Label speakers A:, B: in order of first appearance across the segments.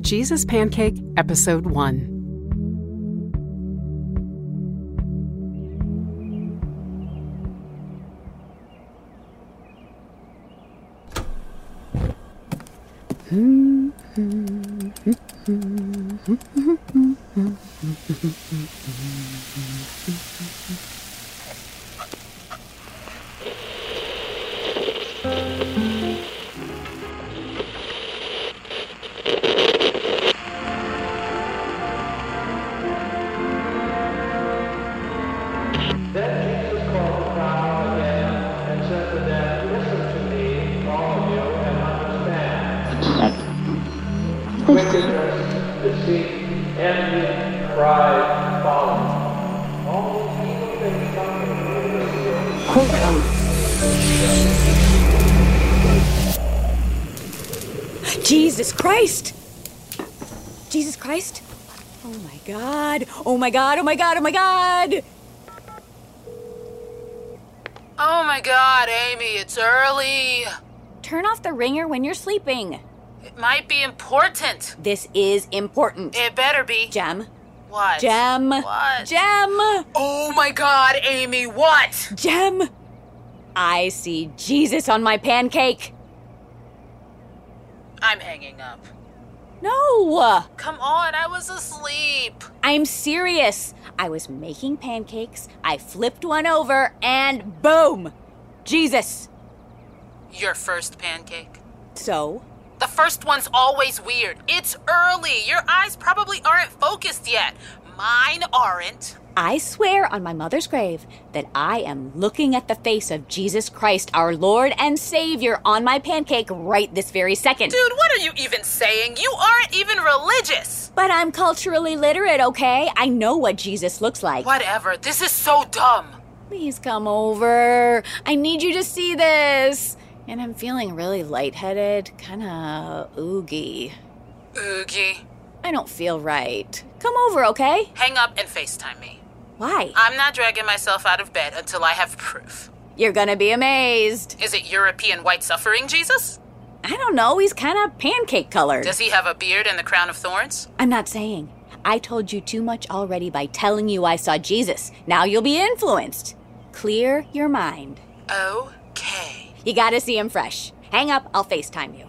A: Jesus Pancake, Episode 1.
B: Then Jesus called the crowd again and said to them, Listen to me, all of you, and understand. Wickedness, deceit, envy, pride, folly. All these evil things come from the evil one.
C: Jesus Christ! Jesus Christ! Oh my god! Oh my god! Oh my god! Oh my god!
D: Oh my god, Amy, it's early.
C: Turn off the ringer when you're sleeping.
D: It might be important.
C: This is important.
D: It better be.
C: Gem.
D: What?
C: Gem.
D: What?
C: Gem.
D: Oh my god, Amy, what?
C: Gem. I see Jesus on my pancake.
D: I'm hanging up.
C: No!
D: Come on, I was asleep.
C: I'm serious. I was making pancakes, I flipped one over, and boom! Jesus!
D: Your first pancake.
C: So,
D: The first one's always weird. It's early. Your eyes probably aren't focused yet. Mine aren't.
C: I swear on my mother's grave that I am looking at the face of Jesus Christ, our Lord and Savior, on my pancake right this very second.
D: Dude, what are you even saying? You aren't even religious.
C: But I'm culturally literate, okay? I know what Jesus looks like.
D: Whatever, this is so dumb.
C: Please come over. I need you to see this. And I'm feeling really lightheaded, kinda oogie.
D: Oogie.
C: I don't feel right. Come over, okay?
D: Hang up and FaceTime me.
C: Why?
D: I'm not dragging myself out of bed until I have proof.
C: You're gonna be amazed.
D: Is it European white suffering Jesus?
C: I don't know, he's kinda pancake colored.
D: Does he have a beard and the crown of thorns?
C: I'm not saying. I told you too much already by telling you I saw Jesus. Now you'll be influenced. Clear your mind.
D: Okay.
C: You gotta see him fresh. Hang up, I'll FaceTime you.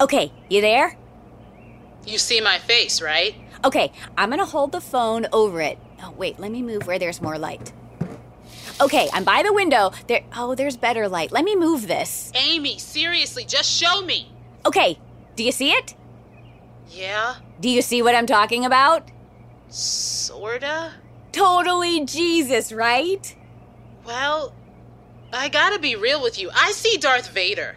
C: Okay, you there?
D: You see my face, right?
C: Okay, I'm gonna hold the phone over it. Oh, wait, let me move where there's more light. Okay, I'm by the window. There, oh, there's better light. Let me move this.
D: Amy, seriously, just show me.
C: Okay, do you see it?
D: Yeah,
C: Do you see what I'm talking about?
D: sorta.
C: Totally Jesus, right?
D: Well, I gotta be real with you. I see Darth Vader.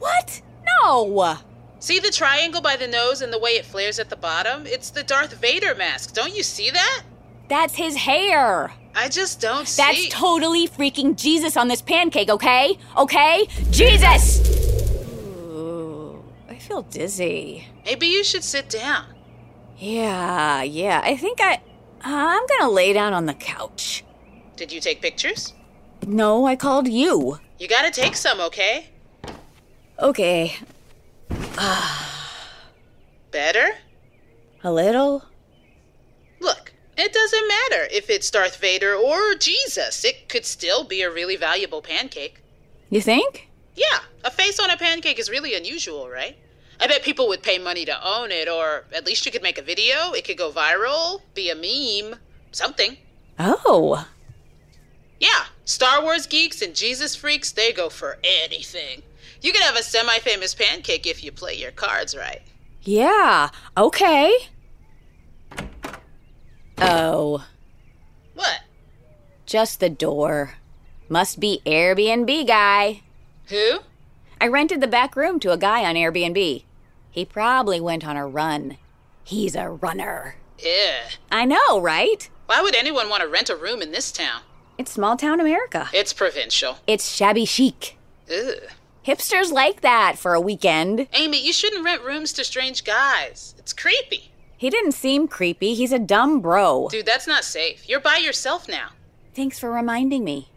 C: What? No!
D: See the triangle by the nose and the way it flares at the bottom? It's the Darth Vader mask. Don't you see that?
C: That's his hair!
D: I just don't
C: That's
D: see.
C: totally freaking Jesus on this pancake, okay? Okay? Jesus! Ooh, I feel dizzy.
D: Maybe you should sit down.
C: Yeah, yeah, I think I. I'm gonna lay down on the couch.
D: Did you take pictures?
C: No, I called you.
D: You gotta take some, okay?
C: Okay,
D: Better?
C: a little?
D: Look, it doesn't matter if it's Darth Vader or Jesus. It could still be a really valuable pancake.
C: You think?
D: Yeah, a face on a pancake is really unusual, right? I bet people would pay money to own it, or at least you could make a video. It could go viral, be a meme, something.
C: Oh.
D: Yeah, Star Wars geeks and Jesus freaks, they go for anything. You could have a semi famous pancake if you play your cards right.
C: Yeah, okay. Oh,
D: What?
C: just the door. Must be Airbnb guy.
D: Who?
C: I rented the back room to a guy on Airbnb. He probably went on a run. He's a runner.
D: Yeah.
C: I know, right?
D: Why would anyone want to rent a room in this town?
C: It's small town America.
D: It's provincial.
C: It's shabby chic.
D: Ugh.
C: Hipsters like that for a weekend.
D: Amy, you shouldn't rent rooms to strange guys. It's creepy.
C: He didn't seem creepy. He's a dumb bro.
D: Dude, that's not safe. You're by yourself now.
C: Thanks for reminding me.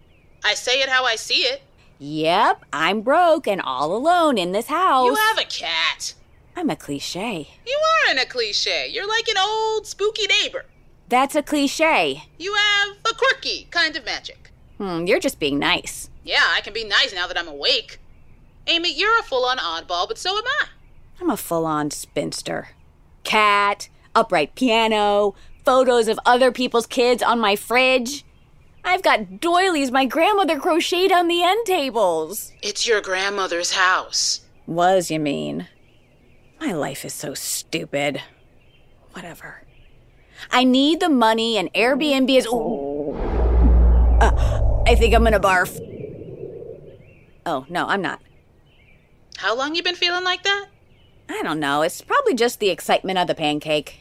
D: I say it how I see it.
E: Yep, I'm broke and all alone in this house.
F: You have a cat.
E: I'm a cliche.
F: You aren't a cliche. You're like an old spooky neighbor.
E: That's a cliche.
F: You have a quirky kind of magic.
E: Hmm, you're just being nice.
F: Yeah, I can be nice now that I'm awake. Amy, you're a full on oddball, but so am I.
E: I'm a full on spinster. Cat, upright piano, photos of other people's kids on my fridge. I've got doilies my grandmother crocheted on the end tables.
F: It's your grandmother's house.
E: Was, you mean? My life is so stupid. Whatever. I need the money, and Airbnb is. Ooh. Uh, I think I'm gonna barf. Oh, no, I'm not.
F: How long you been feeling like that?
E: I don't know. It's probably just the excitement of the pancake.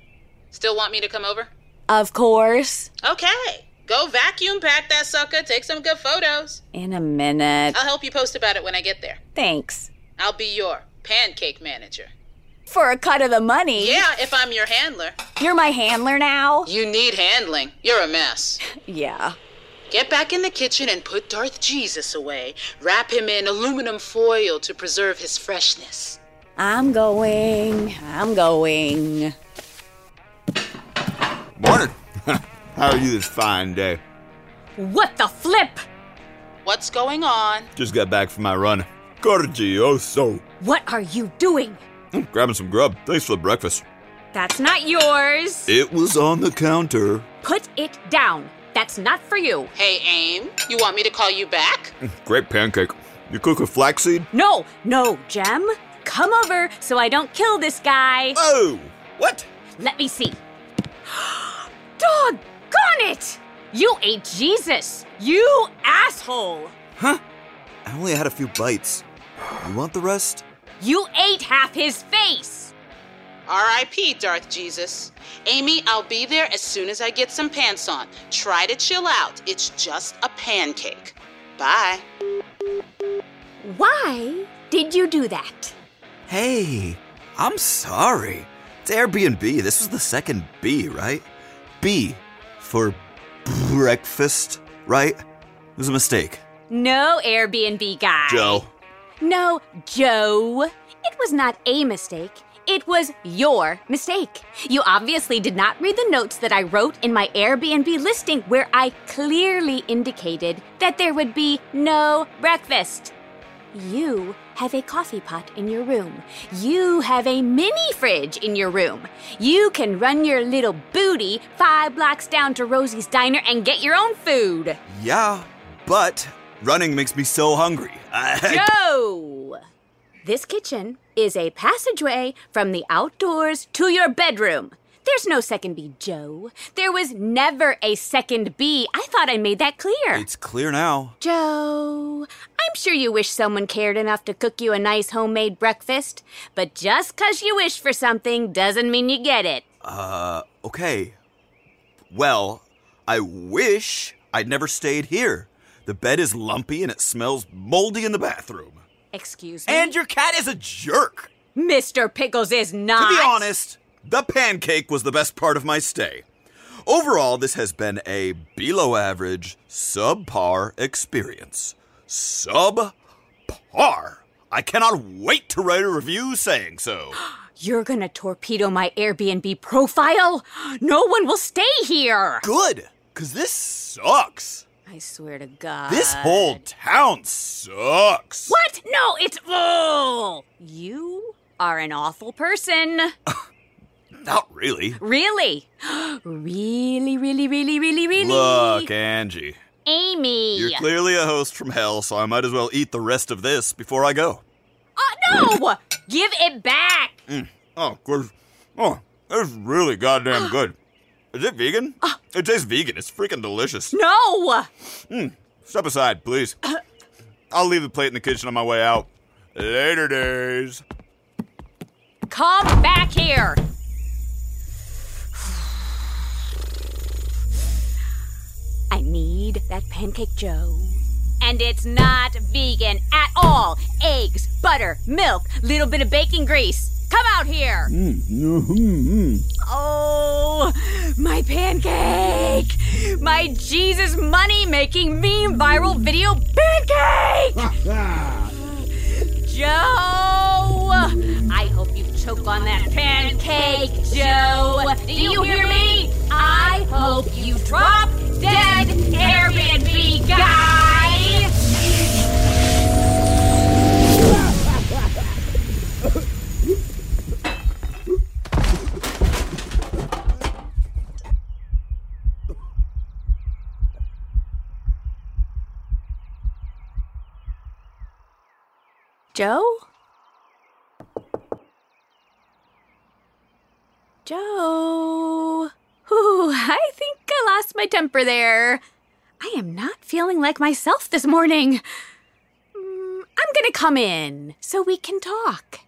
F: Still want me to come over?
E: Of course.
F: Okay. Go vacuum pack that sucker, take some good photos.
E: In a minute.
F: I'll help you post about it when I get there.
E: Thanks.
F: I'll be your pancake manager.
E: For a cut of the money.
F: Yeah, if I'm your handler.
E: You're my handler now?
F: You need handling. You're a mess.
E: Yeah.
F: Get back in the kitchen and put Darth Jesus away. Wrap him in aluminum foil to preserve his freshness.
E: I'm going. I'm going.
G: Morning. How are you this fine day?
C: What the flip?
F: What's going on?
G: Just got back from my run. Gorgioso.
C: What are you doing?
G: I'm grabbing some grub. Thanks for the breakfast.
C: That's not yours.
G: It was on the counter.
C: Put it down. That's not for you.
F: Hey, Aim, you want me to call you back?
G: Great pancake. You cook with flaxseed?
C: No, no, Jem. Come over so I don't kill this guy.
G: Oh! What?
C: Let me see. Doggone it! You ate Jesus. You asshole.
G: I only had a few bites. You want the rest?
C: You ate half his face.
F: R.I.P., Darth Jesus. Amy, I'll be there as soon as I get some pants on. Try to chill out. It's just a pancake. Bye.
C: Why did you do that?
G: Hey, I'm sorry. It's Airbnb. This is the second B, right? B for breakfast, right? It was a mistake.
C: No Airbnb guy.
G: Joe.
C: No, Joe. It was not a mistake. It was your mistake. You obviously did not read the notes that I wrote in my Airbnb listing where I clearly indicated that there would be no breakfast. You have a coffee pot in your room. You have a mini fridge in your room. You can run your little booty five blocks down to Rosie's Diner and get your own food.
G: Yeah, but running makes me so hungry. I-
C: Go! This kitchen is a passageway from the outdoors to your bedroom. There's no second B, Joe. There was never a second B. I thought I made that clear.
G: It's clear now.
C: Joe, I'm sure you wish someone cared enough to cook you a nice homemade breakfast, but just 'cause you wish for something doesn't mean you get it.
G: Uh, okay. Well, I wish I'd never stayed here. The bed is lumpy and it smells moldy in the bathroom.
C: Excuse me.
G: And your cat is a jerk.
C: Mr. Pickles is
G: To
C: not.
G: be honest, the pancake was the best part of my stay. Overall, this has been a below average, subpar experience. Subpar. I cannot wait to write a review saying so.
C: You're gonna torpedo my Airbnb profile? No one will stay here.
G: Good, because this sucks.
C: I swear to God.
G: This whole town sucks.
C: What? No, it's. Oh! You are an awful person.
G: Not really.
C: Really? really, really, really, really, really.
G: Look, Angie,
C: Amy.
G: you're clearly a host from hell, so I might as well eat the rest of this before I go.
C: Uh, no! Give it back!
G: Oh, good. Oh, it's really goddamn good. Is it vegan? It tastes vegan. It's freaking delicious.
C: No!
G: Step aside, please. I'll leave the plate in the kitchen on my way out. Later days.
C: Come back here! I need that pancake Joe. And it's not vegan at all. Eggs, butter, milk, little bit of bacon grease. Come out here! Oh, my pancake! My Jesus money making meme viral video pancake! Joe! I hope you choke on that pancake, Joe! Do you hear me? I hope you drop dead Airbnb guy! Joe? Joe? Ooh, I think I lost my temper there. I am not feeling like myself this morning. Mm, I'm gonna come in so we can talk.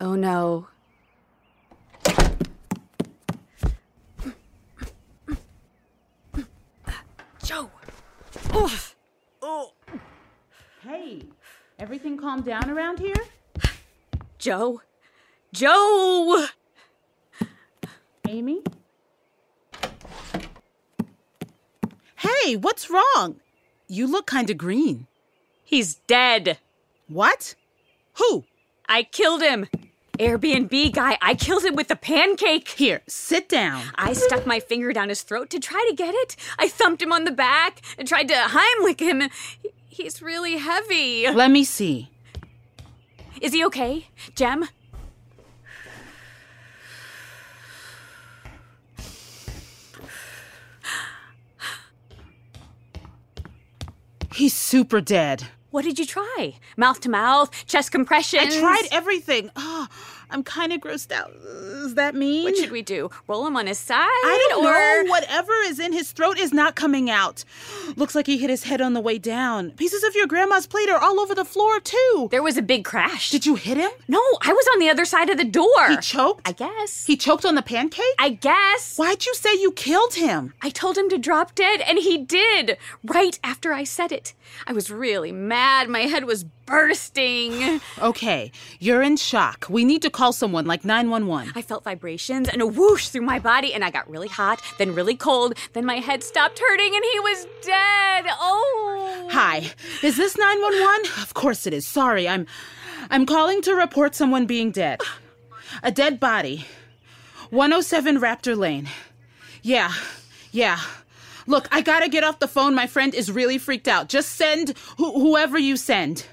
C: Oh no. Joe! Oof.
H: Hey, everything calmed down around here?
C: Joe? Joe!
H: Amy?
D: Hey, what's wrong? You look kind of green.
C: He's dead.
D: What? Who?
C: I killed him. Airbnb guy, I killed him with the pancake.
D: Here, sit down.
C: I stuck my finger down his throat to try to get it. I thumped him on the back and tried to Heimlich him. He- He's really heavy.
D: Let me see.
C: Is he okay, Jem?
D: He's super dead.
C: What did you try? Mouth to mouth, chest compression.
D: I tried everything. Oh, I'm kind of grossed out. Is that mean?
C: What should we do? Roll him on his side?
D: I don't
C: or
D: know. Whatever is in his throat is not coming out. Looks like he hit his head on the way down. Pieces of your grandma's plate are all over the floor, too.
C: there was a big crash.
D: Did you hit him?
C: No, I was on the other side of the door.
D: He choked?
C: I guess.
D: He choked on the pancake?
C: I guess.
D: Why'd you say you killed him?
C: I told him to drop dead, and he did, right after I said it. I was really mad. My head was bursting.
D: Okay, you're in shock. We need to call someone like 911.
C: I felt vibrations and a whoosh through my body, and I got really hot, then really cold, then my head stopped hurting, and he was dead. Oh.
D: Hi, is this 911? Of course it is. Sorry, I'm I'm calling to report someone being dead. A dead body. 107 Raptor Lane. Yeah. Yeah. Look, I got to get off the phone. My friend is really freaked out. Just send who whoever you send.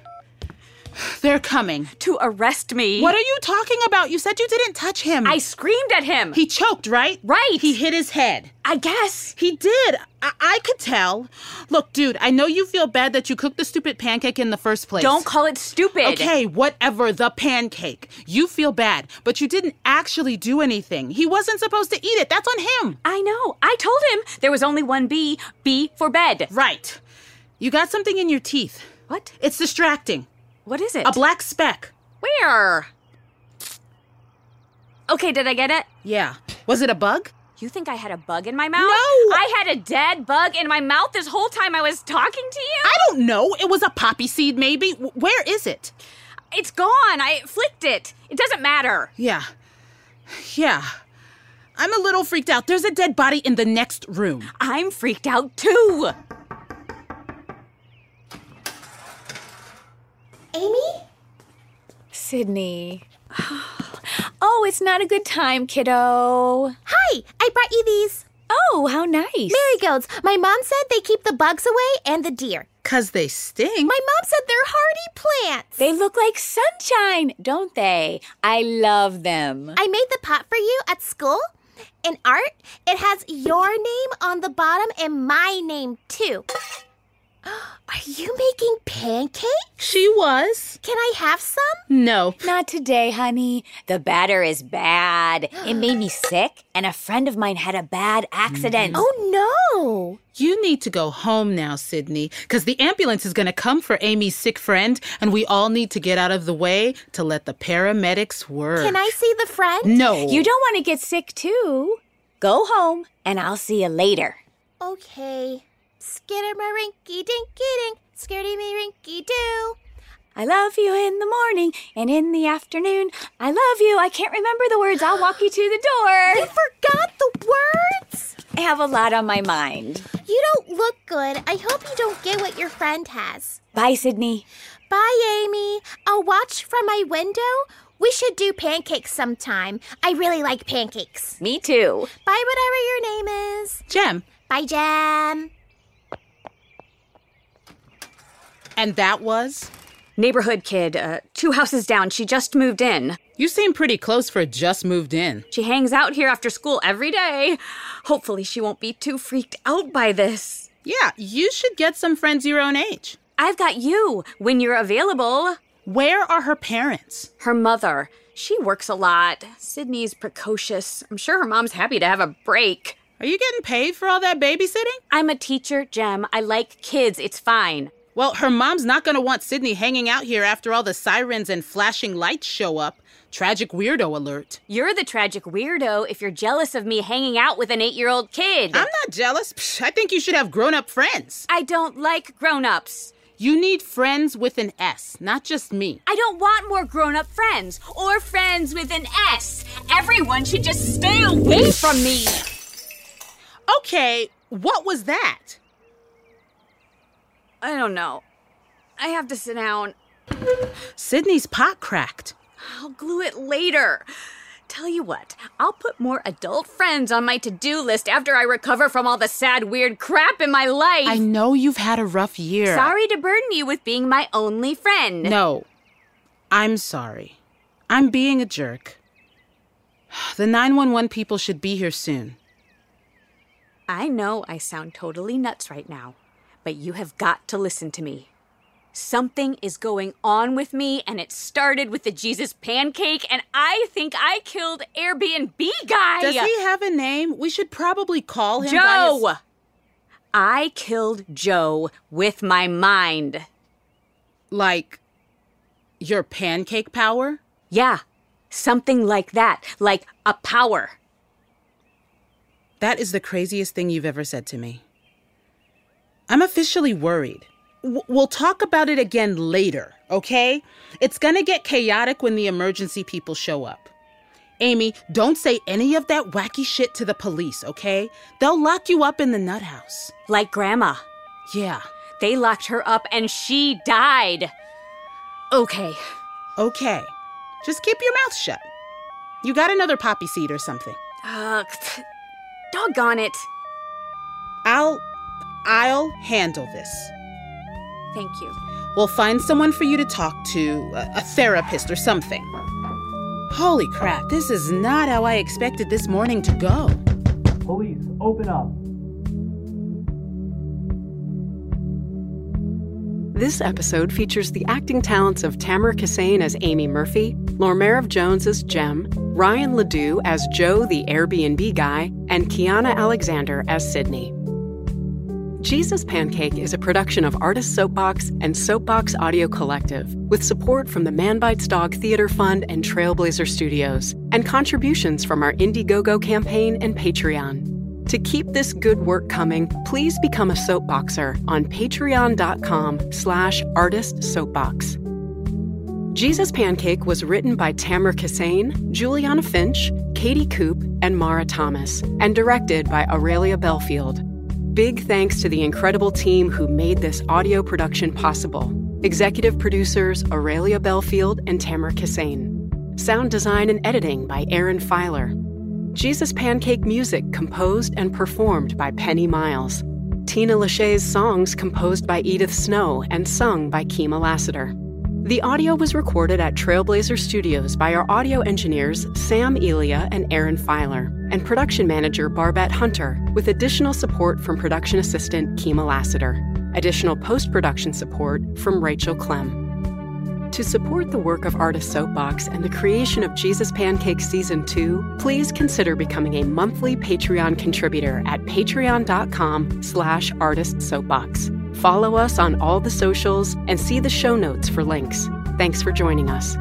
D: They're coming.
C: To arrest me.
D: What are you talking about? You said you didn't touch him.
C: I screamed at him.
D: he choked, right?
C: Right.
D: He hit his head.
C: I guess.
D: He did. I-, I could tell. Look, dude, I know you feel bad that you cooked the stupid pancake in the first place.
C: Don't call it stupid.
D: Okay, whatever, the pancake. You feel bad, but you didn't actually do anything. He wasn't supposed to eat it. That's on him.
C: I know. I told him there was only one B. B for bed.
D: Right. You got something in your teeth.
C: What?
D: It's distracting.
C: What is it?
D: A black speck.
C: Where? Okay, did I get it?
D: Yeah. Was it a bug?
C: You think I had a bug in my mouth?
D: No!
C: I had a dead bug in my mouth this whole time I was talking to you?
D: I don't know. It was a poppy seed, maybe. W- Where is it?
C: It's gone. I flicked it. It doesn't matter.
D: Yeah. Yeah. I'm a little freaked out. There's a dead body in the next room.
C: I'm freaked out too.
I: Amy?
E: Sydney. Oh, it's not a good time, kiddo.
I: Hi, I brought you these.
E: Oh, how nice.
I: Marigolds. My mom said they keep the bugs away and the deer.
D: Because they sting.
I: My mom said they're hardy plants.
E: They look like sunshine, don't they? I love them.
I: I made the pot for you at school. In art, it has your name on the bottom and my name too. Are you making pancakes?
D: she was.
I: Can I have some?
D: No.
E: Not today, honey. The batter is bad. It made me sick, and a friend of mine had a bad accident.
I: Oh no.
D: You need to go home now, Sydney, because the ambulance is going to come for Amy's sick friend, and we all need to get out of the way to let the paramedics work.
I: Can I see the friend?
D: No.
E: You don't want to get sick, too. Go home, and I'll see you later.
I: Okay. Skidamarinky dinky dink, skirty me rinky doo.
C: I love you in the morning and in the afternoon. I love you. I can't remember the words. I'll walk you to the door.
I: You forgot the words?
C: I have a lot on my mind.
I: You don't look good. I hope you don't get what your friend has.
C: Bye, Sydney.
I: Bye, Amy. I'll watch from my window. We should do pancakes sometime. I really like pancakes.
C: Me too.
I: Bye, whatever your name is.
D: Jem.
I: Bye, Jem.
D: And that was?
C: Neighborhood kid, uh, two houses down. She just moved in.
D: You seem pretty close for just moved in.
C: She hangs out here after school every day. Hopefully, she won't be too freaked out by this.
D: Yeah, you should get some friends your own age.
C: I've got you when you're available.
D: Where are her parents?
C: Her mother, she works a lot. Sydney's precocious. I'm sure her mom's happy to have a break.
D: Are you getting paid for all that babysitting?
C: I'm a teacher, Jem. I like kids. It's fine.
D: Well, her mom's not going to want Sydney hanging out here after all the sirens and flashing lights show up. Tragic weirdo alert.
C: You're the tragic weirdo if you're jealous of me hanging out with an eight year old kid.
D: I'm not jealous. Psh, I think you should have grown up friends.
C: I don't like grown ups.
D: You need friends with an S, not just me.
C: I don't want more grown up friends or friends with an S. Everyone should just stay away from me.
D: Okay, what was that?
C: I don't know. I have to sit down.
D: Sydney's pot cracked.
C: I'll glue it later. Tell you what, I'll put more adult friends on my to do list after I recover from all the sad, weird crap in my life.
D: I know you've had a rough year.
C: Sorry to burden you with being my only friend.
D: No, I'm sorry. I'm being a jerk. The 911 people should be here soon.
C: I know I sound totally nuts right now, but you have got to listen to me. Something is going on with me, and it started with the Jesus pancake, and I think I killed Airbnb guy.
D: Does he have a name? We should probably call him. by his-
C: Joe! I killed Joe with my mind.
D: Like, your pancake power?
C: Yeah, something like that, like a power.
D: That is the craziest thing you've ever said to me. I'm officially worried. W- we'll talk about it again later, okay? It's gonna get chaotic when the emergency people show up. Amy, don't say any of that wacky shit to the police, okay? They'll lock you up in the nut house.
C: Like Grandma.
D: Yeah.
C: They locked her up and she died. Okay,
D: Okay. Just keep your mouth shut. You got another poppy seed or something.
C: Ugh, uh, doggone it.
D: I'll I'll handle this.
C: Thank you.
D: We'll find someone for you to talk to, a, a therapist or something. Holy crap, this is not how I expected this morning to go.
B: Police, open up.
A: This episode features the acting talents of Tamara Cassane as Amy Murphy, Lormerev Jones as Jem, Ryan Ledoux as Joe the Airbnb guy, and Kiana Alexander as Sydney. Jesus Pancake is a production of Artist Soapbox and Soapbox Audio Collective, with support from the Man Bites Dog Theater Fund and Trailblazer Studios, and contributions from our Indiegogo campaign and Patreon. To keep this good work coming, please become a soapboxer on patreon.com slash artist soapbox. Jesus Pancake was written by Tamara Cassane, Juliana Finch, Katie Coop, and Mara Thomas, and directed by Aurelia Bellfield. Big thanks to the incredible team who made this audio production possible executive producers Aurelia Bellfield and Tamara Cassane. Sound design and editing by Aaron Filer. Jesus Pancake music composed and performed by Penny Miles. Tina Lachey's songs composed by Edith Snow and sung by Kima Lassiter. The audio was recorded at Trailblazer Studios by our audio engineers Sam Elia and Aaron Filer, and production manager Barbette Hunter, with additional support from production assistant Kima Lassiter. Additional post production support from Rachel Clem. To support the work of Artist Soapbox and the creation of Jesus Pancake Season 2, please consider becoming a monthly Patreon contributor at patreon.com slash artist soapbox. Follow us on all the socials and see the show notes for links. Thanks for joining us.